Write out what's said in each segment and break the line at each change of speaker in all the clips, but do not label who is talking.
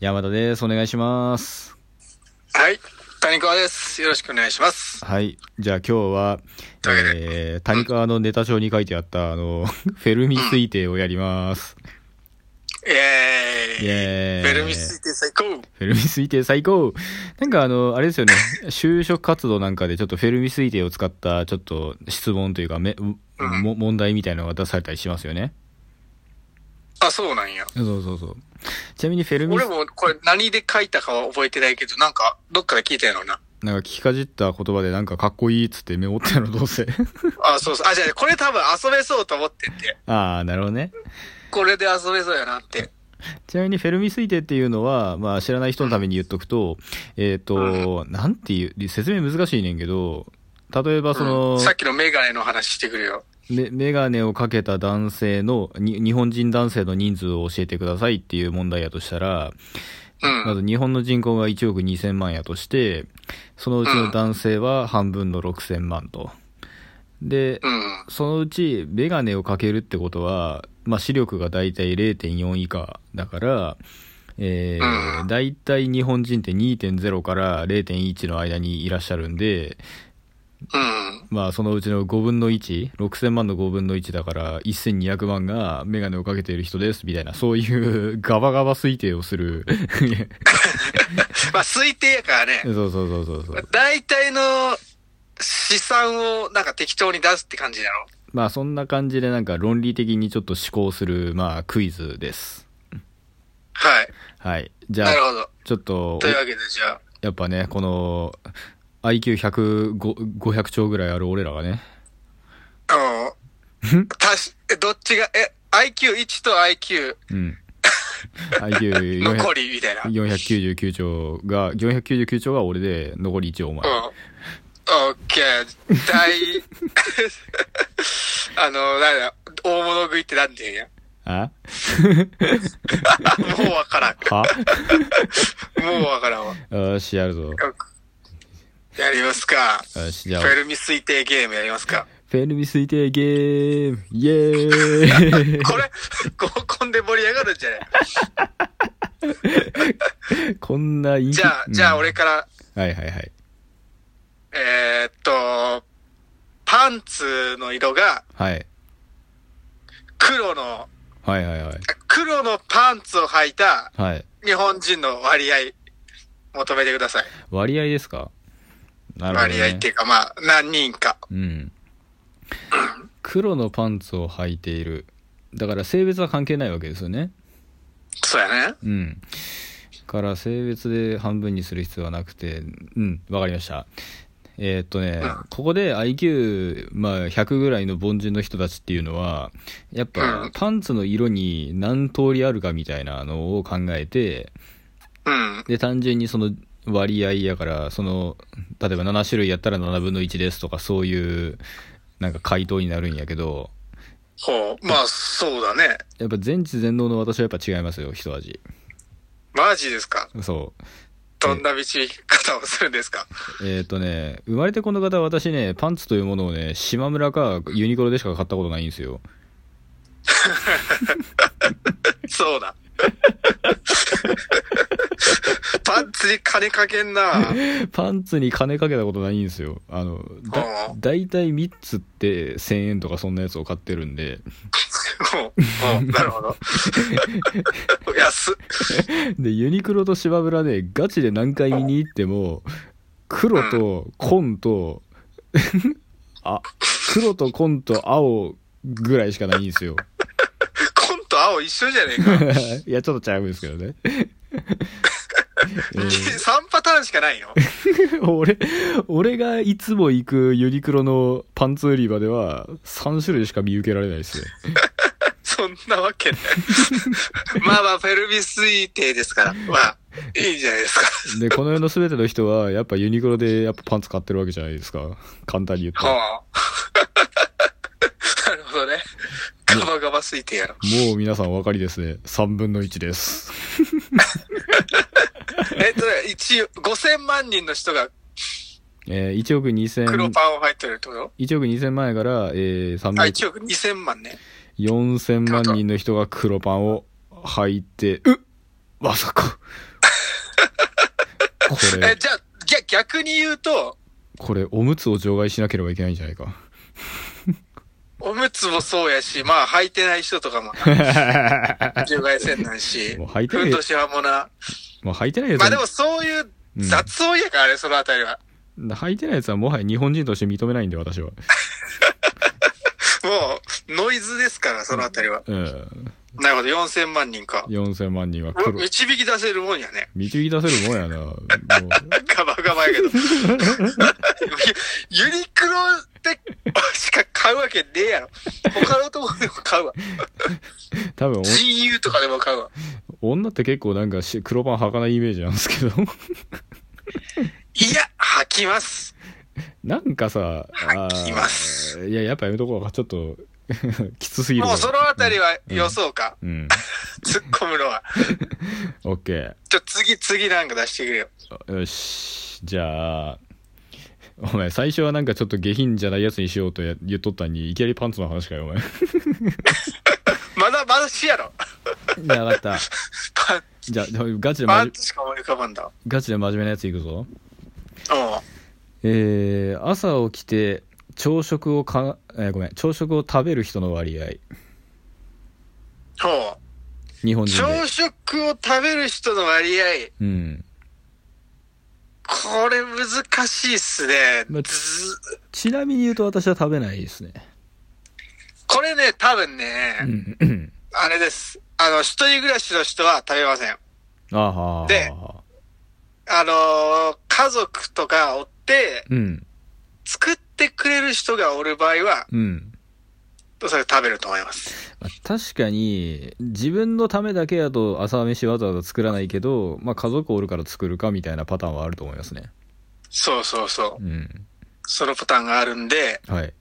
山田です。お願いします。
はい。谷川です。よろしくお願いします。
はい。じゃあ今日は、
というわけ
えー、谷川のネタ帳に書いてあった、あの、 フェルミ推定をやります。
イェーイ。
イェーイ
ベルミス推定最高。
フェルミ推定最高なんかあの、あれですよね、就職活動なんかでちょっとフェルミ推定を使った、ちょっと質問というかめ、
ん
も問題みたいなのが出されたりしますよね。
あ、そうなんや。
そうそうそう。ちなみにフェルミ
俺、もこれ何で書いたかは覚えてないけど、なんかどっかで聞いたやろな。
なんか聞きかじった言葉でなんかかっこいいっつってメモったのどう せ。
あ、そうそう。あ、じゃあこれ多分遊べそうと思ってて。
ああ、なるほどね。
これで遊べそうやなって。
ちなみにフェルミ推定っていうのは、まあ知らない人のために言っとくと、えっ、と、なんていう、説明難しいねんけど、例えばその、
うんさっきのメガネの話してくれよ。
メメガネをかけた男性のに、日本人男性の人数を教えてくださいっていう問題やとしたら、
う
ま
ん。
ず日本の人口が1億2000万やとして、そのうちの男性は半分の6000万と。で、
うん。
そのうちメガネをかけるってことは、まあ、視力がだいたい0.4以下だから、え
う
ー、
ん
だいたい日本人って2.0から0.1の間にいらっしゃるんで、
うん。
まあ、そのうちの5分の1、6000万の5分の1だから、1200万がメガネをかけている人です、みたいな、そういう ガバガバ推定をする。
まあ推定やからね
そ。うそうそうそうそう。
大体の試算をなんか適当に出すって感じやろ。
まあ、そんな感じでなんか論理的にちょっと思考する、まあ、クイズです。
はい。
はい。じゃ
なる
あ、
ほど。
ちょっと、
というわけでじゃあ。
やっぱね、この、IQ100、500兆ぐらいある俺らがね。
あの、たし、えどっちが、え、IQ1 と IQ
うん。
残
IQ499
りみたいな。うん。
兆が、499兆が俺で、残り1お前。
オッケー。大、 あの、なんだ、大物食いってなんて言うんや。
あ
もうわからん。
は
もうわからんわ。
よし、やるぞ。
やりますか。
よし、じ
フ
ゃあ、
ェルミ推定ゲームやりますか。
フェルミ推定ゲームイェー
これ、合コンで盛り上がるんじゃない
イ こんな陰気
じゃあ、じゃあ、俺から、
うんはいはいはい。
えーっと、パンツの色が
はい。
黒の、
はいはいはい。
黒のパンツを履いた
はい。
日本人の割合、求めてください。
割合ですかなるほど、ね。
割合っていうか、まあ、何人か。
うん。黒のパンツを履いている。だから性別は関係ないわけですよね。
そうやね。
うん。から性別で半分にする必要はなくて、うん、わかりました。えーっとね
うん、
ここで IQ、まあ、100ぐらいの凡人の人たちっていうのは、やっ
う
ぱ
ん
パンツの色に何通りあるかみたいなのを考えて、
うん。
で、単純にその割合やから、その、例えば7種類やったら7分の1ですとか、そういう、なんか回答になるんやけど、
ほう。まあ、そうだね。
やっぱ全知全能の私はやっぱ違いますよ、一味。
マジですか
そ
どんな導き方をするんですか
う。えっ、とね、生まれてこの方は私ね、パンツというものをね、島村かユニクロでしか買ったことないんですよ。
そうだ。パンツに金かけんな。
パンツに金かけたことないんですよ。あの、だ
あ、
だいたい3つって1000円とかそんなやつを買ってるんで、
ほう。ほう。なるほど。安っ。
で、ユニクロと芝村でガチで何回見に行っても、黒と紺と、あ、黒と紺と青ぐらいしかないんですよ。
コント青一緒じゃねえか。
いや、ちょっと違うんですけどね。 えー
3パターンしかないの
俺、俺がいつも行くユニクロのパンツ売り場では3種類しか見受けられないですよ。
そんなわけない。まあまあ、フェルビス推定ですから。まあ、いいんじゃないですか。
で、この世の全ての人はやっぱユニクロでやっぱパンツ買ってるわけじゃないですか。簡単に言って。
はあ。なるほどね。ガバガバ推定やろ。
もう皆さんお分かりですね。3分の1です。
えっと、一応、5000万人の人が
えー、1億2000、
黒パンを履いてるってこと
1億2000万円から、えー、
あ、
300
1億2000万ね。
4000万人の人が黒パンを履いて、うっまさか、れ
え、じゃあ、ぎゃ逆に言うと、
これおむつを除外しなければいけないんじゃないか
おむつもそうやし、まあ履いてない人とかも、除外せんなんし、
もう履いて
ふ
ね
ん
え
どしはもな。
まあ履いてないやつ
ま
は
あでもそういう雑音やから、あれ、そのあたりは。
履いてないやつはもはや日本人として認めないんで私は
もう、ノイズですから、そのあたりは。
うん
なるほど、4000万人か。
4000万人は
う
黒
導き出せるもんやね。
導き出せるもんやなもう
ガバガバやけど。 ユユニクロでしか買うわけねえやろ。他のとこでも買うわ。
多分
GU とかでも買うわ。
お女って結構なんかし黒パン履かないイメージなんですけど
いや、履きます。
なんかさあ
履きます
ーいややっぱやめとこうかちょっと きつすぎるわ
もうそのあたりは予想か。
うん
突っ込むのは。
オッケ
ちょ、次、次なんか出してくれよ。
ーよしじゃあお前最初はなんかちょっと下品じゃないやつにしようとや言っとったん にいきなりパンツの話かよお前
まだ、まだしやろ。
いや分かった
パン、
じゃあガチで
パ
まじ
ンツしか思い浮かばんだわ。
ガチで真面目なやついくぞ
うん。
えー、朝起きて朝食をか、えーごめん朝食を食べる人の割合
ほう。
日本人で
朝食を食べる人の割合、
うん
これ難しいっすね。
まあ
ず
ちなみに言うと私は食べないですね
これね、多分ね、
うん
あれです。あの、一人暮らしの人は食べません。
あはあ
であのー家族とかおって、
うん
作ってくれる人がおる場合は、
うん、
おそれ食べると思います。
まあ確かに自分のためだけやと朝飯わざわざ作らないけど、まあ、家族おるから作るかみたいなパターンはあると思いますね
そうそうそう。
うん
そのパターンがあるんで、
はい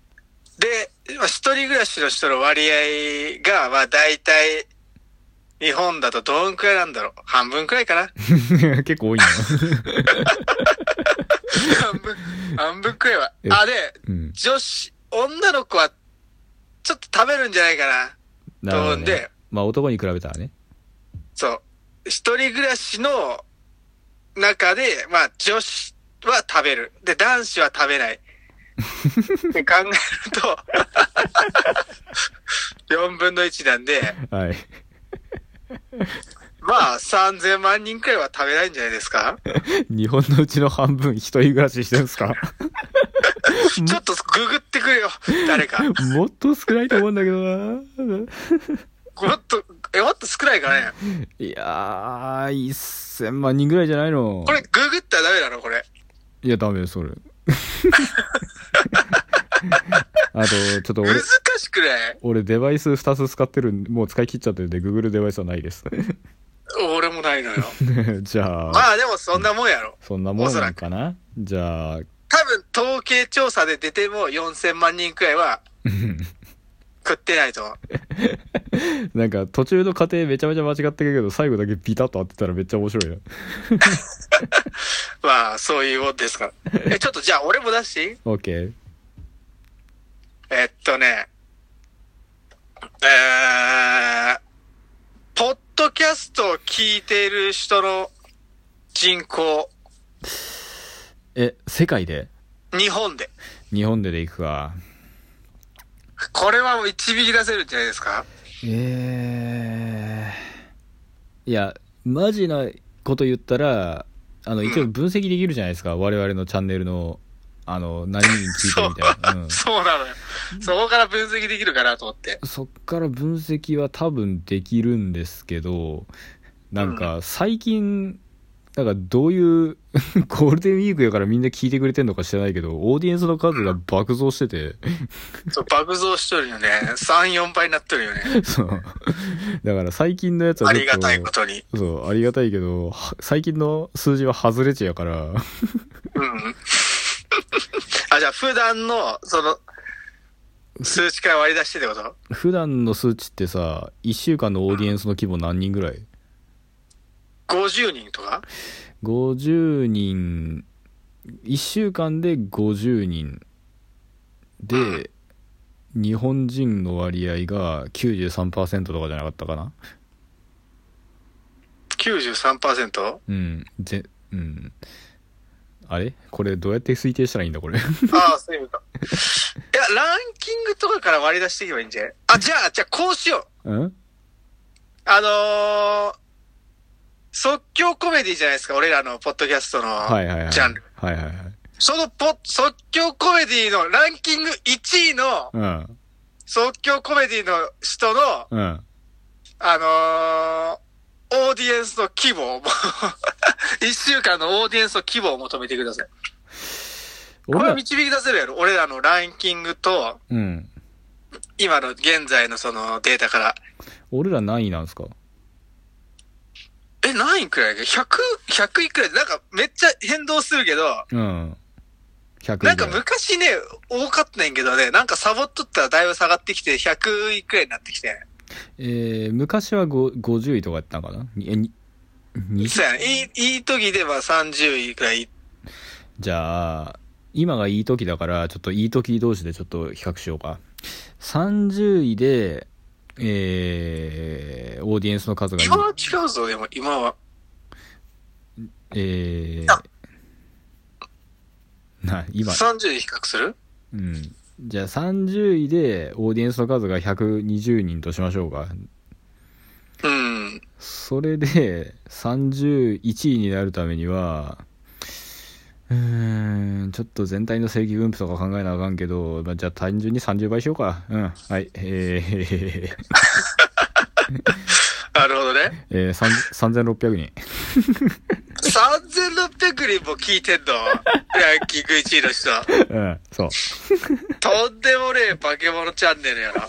で、まあ一人暮らしの人の割合が、まあ大体、日本だとどんくらいなんだろう。半分くらいか な
結構多いな、
半分、半分くらいは。あ、で、
うん、
女子、女の子は、ちょっと食べるんじゃないかな。
なるほど、
とで
ね、まあ男に比べたらね
そう。一人暮らしの中で、まあ、女子は食べる。で、男子は食べない。って考えると、4分の1なんで、
はい
まあ、3000万人くらいは食べないんじゃないですか
日本のうちの半分一人暮らししてるんです か
ちょっとググってくれよ、誰か。も
もっと少ないと思うんだけどな
っと、え、もっと少ないかね
いやー1000万人ぐらいじゃないの
これ、ググったらダメなのこれ。
いやダメですそれ あとちょっと俺
難しくない
俺デバイス2つ使ってるんもう使い切っちゃってるんで Google デバイスはないです
俺もないのよ。
じゃあ
まあ、でもそんなもんやろ。
そんなもんなんかなじゃあ
多分統計調査で出ても4000万人くらいは食ってないと思う。
なんか途中の過程めちゃめちゃ間違ってるけど最後だけビタッと当てたらめっちゃ面白いな
まあ、そういうもんですから。え、ちょっとじゃあ俺も出していい
OK
えっとね、えー、ポッドキャストを聞いている人の人口、
え世界で
日本で。
日本ででいくか
これはもう導き出せるんじゃないですか
えーいやマジなこと言ったらあの一応分析できるじゃないですか、我々のチャンネルのあの何人聞いて
そう
みたいな、うん、
そうなのよ。そこから分析できるかなと思って。
そっから分析は多分できるんですけどなんか最近なんかどういう ゴールデンウィークやからみんな聞いてくれてんのか知らないけどオーディエンスの数が爆増してて
そう、爆増しとるよね。3、4倍になっとるよね。
そうだから最近のやつは
あ
ちょっ
りが
と
たいことに。
そうありがたいけどは最近の数字は外れ値やから
うん。あ、じゃあ普段の、その、数値から割り出してってこと
普段の数値ってさ1週間のオーディエンスの規模何人ぐらい
?50 人とか
?50 人1週間で50人で日本人の割合が93%とかじゃなかったかな
?93%?
うんぜうんあれこれどうやって推定したらいいんだこれ
ああ、そういう意味か。いや、ランキングとかから割り出していけばいいんじゃないあ、じゃあ、じゃあこうしよう。
うん
あのー、即興コメディじゃないですか、俺らのポッドキャストの
はいはいはい
ジャンル。
はいはいはい
そのポ即興コメディのランキング1位の
うん
即興コメディの人の、
うん
あのー、オーディエンスの規模 を、1週間のオーディエンスの規模を求めてください。こ
俺
れ
ら
は導き出せるやろ俺らのランキングと、
うん
今の現在のそのデータから。
俺ら何位なんすか
え、何位くらい ?100、100位くらいなんかめっちゃ変動するけど、
うん100位ぐら
ないんか昔ね、多かったんやけどね、なんかサボっとったらだいぶ下がってきて、100位くらいになってきて。
えー、昔はご50位とかやったんかなにえにに
そうやね。いい、いい時では30位くらい。
じゃあ今がいい時だからちょっといい時同士でちょっと比較しようか30位でえー、オーディエンスの数が
今は違うぞ、でも今は。
え
あ
ー、な今
30位比較する
うんじゃあ30位でオーディエンスの数が120人としましょうか
うん。
それで31位になるためにはうーんちょっと全体の正規分布とか考えなあかんけど、まあ、じゃあ単純に30倍しようかうんはいえー
なるほどね。
えー、3000 3600人
3600人も聞いてんのランキング1位の人。
うんそう
とんでもねえ化け物チャンネルやな。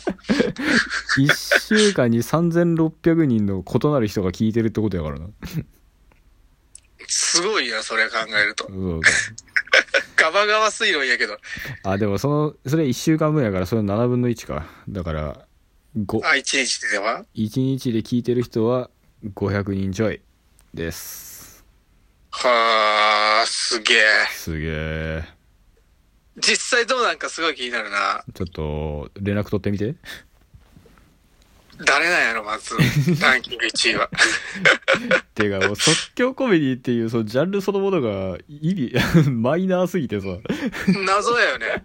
1週間に3600人の異なる人が聞いてるってことやからな
すごいな、それ考えると。
そう
ガバガバ推論やけど。
あでもそのそれ1週間分やからそれの7分の1かだから5
あ、1日では
1日で聞いてる人は500人ちょいです
はあ、すげえ。
すげえ
実際どうなんかすごい気になるな。
ちょっと連絡取ってみて
誰なんやろ、まず。ランキング1位は。
ていうかもう即興コメディっていうそのジャンルそのものが意味 マイナーすぎてさ
謎だよね。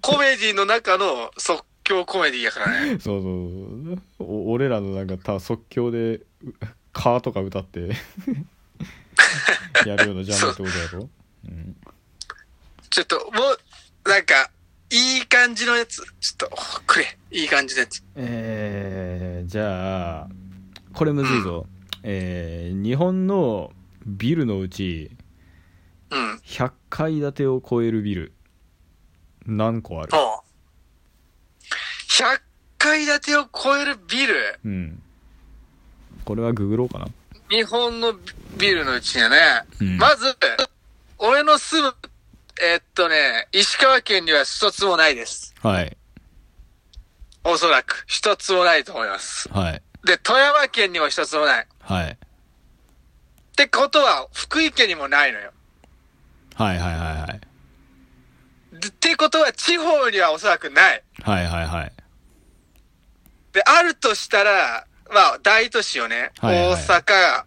コメディの中の即興コメディやからね。
そうそうお俺らのなんかた即興でう「カー」とか歌って やるようなジャンルってことやろ、うん、
ちょっと、もう、なんか、いい感じのやつ。ちょっと、くれ。いい感じのやつ。
えー、じゃあこれむずいぞ、えー、日本のビルのうち
うん。
100階建てを超えるビル何個ある
もう、100階建てを超えるビル、
うんこれはググろうかな
日本のビルのうちにはね、
うん
まず、俺の住む、えっとね、石川県には一つもないです。
はい
おそらく。一つもないと思います。
はい
で、富山県にも一つもない。っ
はい
てことは、福井県にもないのよ。
はいはいはいはい
でってことは、地方にはおそらくない。
はいはいはい
で、あるとしたら、まあ、大都市よね。
はいはい
大阪。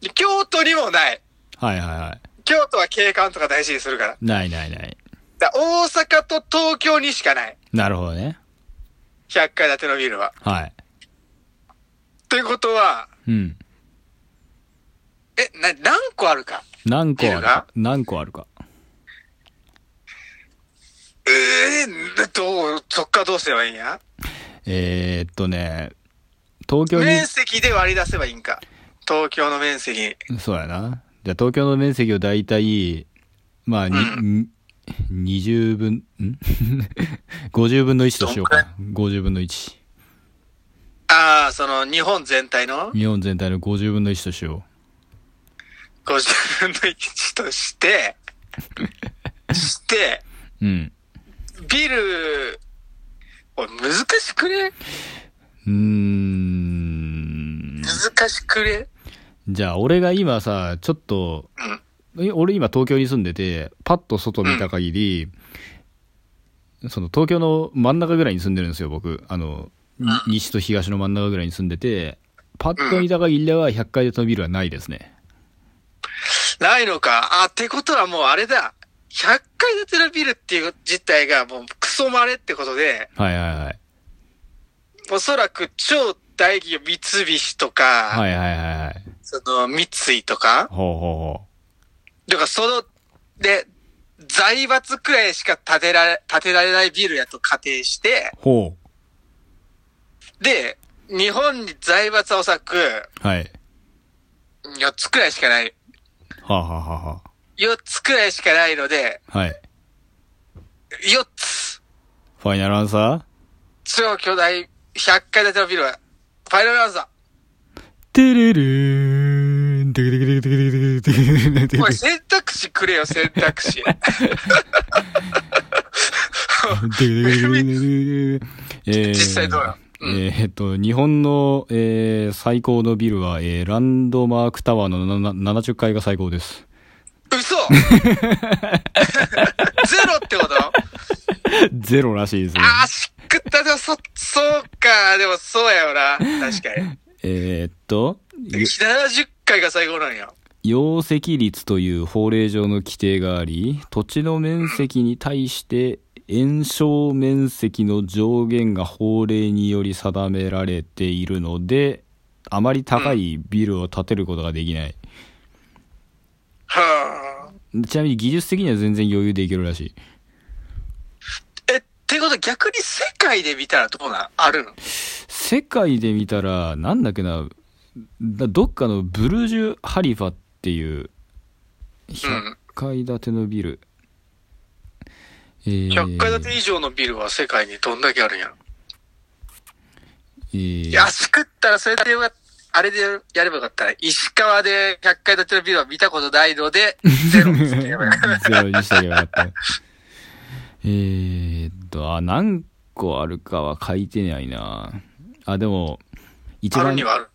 で京都にもない。
はいはいは
京都は景観とか大事にするから。
いないないない
だ大阪と東京にしかない。
なるほどね
100階建てのビルは。
はい
ということは、
うん
え、な、何個あるか
何個あ
ビル
る
が
か何個あるか
ええー、どう、そっからどうすればいいんや
えー、っとね東京
面
に
積で割り出せばいいんか。東京の面積に。
そうやなじゃあ東京の面積を大体まあ、に
う
に20分ん 50分の1としよう
どん
か50分の1
ああ、その、日本全体の
日本全体の50分の1としよ
50分の1と して、して、
ううん
ビル、おい難しくね
うーん
難しくね
じゃあ俺が今さちょっと
うん。
え俺今東京に住んでてパッと外見た限り、その東京の真ん中ぐらいに住んでるんですよ僕あの、に西と東の真ん中ぐらいに住住んでてパッと見た限りでは100階建てのビルはないですね、
ないのか。あ、ってことはもうあれだ。100階建てのビルっていう実態がもうクソまれってことで、
はいはいはい。
おそらく超大企業三菱とか、
はいはいはいはい。
その三井とか、
ほうほ
だからその、で、財閥くらいしか建てられ、建てられないビルやと仮定して、
うほう。ほ
で、日本に財閥はおそらく
う。はい。
4つくらいしかない。
はあ、はあはあは
4つくらいしかないので、
あ、はい。
4つ
ファイナルアンサ
超巨大100階建てのビルは、ファイナルアンサ
ーてれるーん。てくてくてくてくてくてくてくて
ー。お
く
い、
て
選択肢くれよ、選択 肢。
えー
実際どうよ
え
うん
ーえっと、日本の、えー最高のビルは、えーランドマークタワーのなな70階が最高です。
嘘ゼロってことあ
ゼロらしいですね。
あ、しくった。でも、そ、そうか。でも、そうやよな。確かに。
えーっと、よ
70回が最高なんや。
容積率という法令上の規定があり、土地の面積に対して、延焼面積の上限が法令により定められているので、あまり高いビルを建てることができない。
はあ。
ちなみに技術的には全然余裕でいけるらしい。
え、ってこと逆に世界で見たらどうなんあるの
世界で見たらなんだっけなだどっかのブルジュ・ハリファっていう100階建てのビル、えー
?100 階建て以上のビルは世界にどんだけあるんや。
えー
安くったらそれでは、あれでやればよかったら、石川で100階建てのビルは見たことないの で、ゼロにしてけばよかった。
ゼロにしたけばよかった。えーっと、あ、何個あるかは書いてないな。あ、でも、一
ある
番
にはある。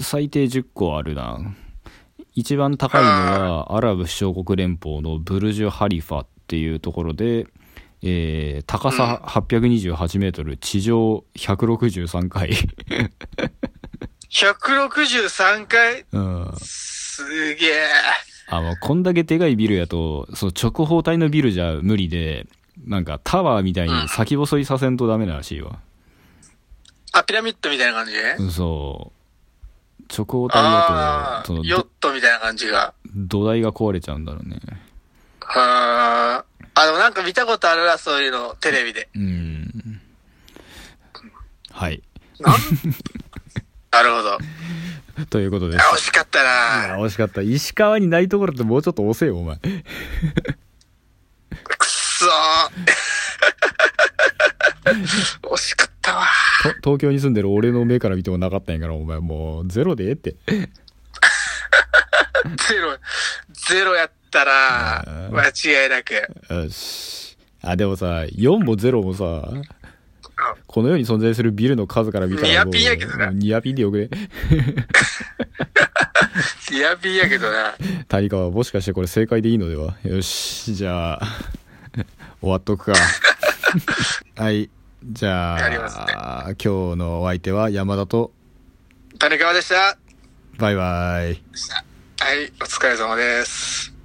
最低10個あるな。一番高いのは、アラブ首長国連邦のブルジュ・ハリファっていうところで、えー高さ828メートル、地上163階。
163階
うん。
すげえ。
あの、こんだけでかいビルやと、その直方体のビルじゃ無理で、なんかタワーみたいに先細いさせんとダメらしいわ。
あ、ピラミッドみたいな感じ
そう。直方体
あ
だ
あ
と、その
ー、ヨットみたいな感じが。
土台が壊れちゃうんだろうね。
はーあ、でもなんか見たことあるな、そういうの、テレ ビで。
うん。はい。
なんなる ほど。あ
ということです。
惜しかったな。
惜しかった。石川にないところってもうちょっと遅えよ、お前。
くっそー。惜 しかったわ。
と東京に住んでる俺の目から見てもなかったんやから、お前もうゼロでええって。
ゼロ、ゼロやったら、
ー
間違いなく。
よし。あ、でもさ、4も0もさ、この世に存在するビルの数から見たら
ニアピンやけどな
もうニアピンでよくね。
いやびやけどな。
谷川、もしかしてこれ正解でいいのではよし。じゃあ、終わっと くか。はい。じゃ
やりますね
あ、今日のお相手は山田と、
谷川でした。は
バイバイ。
い、お疲れ様です。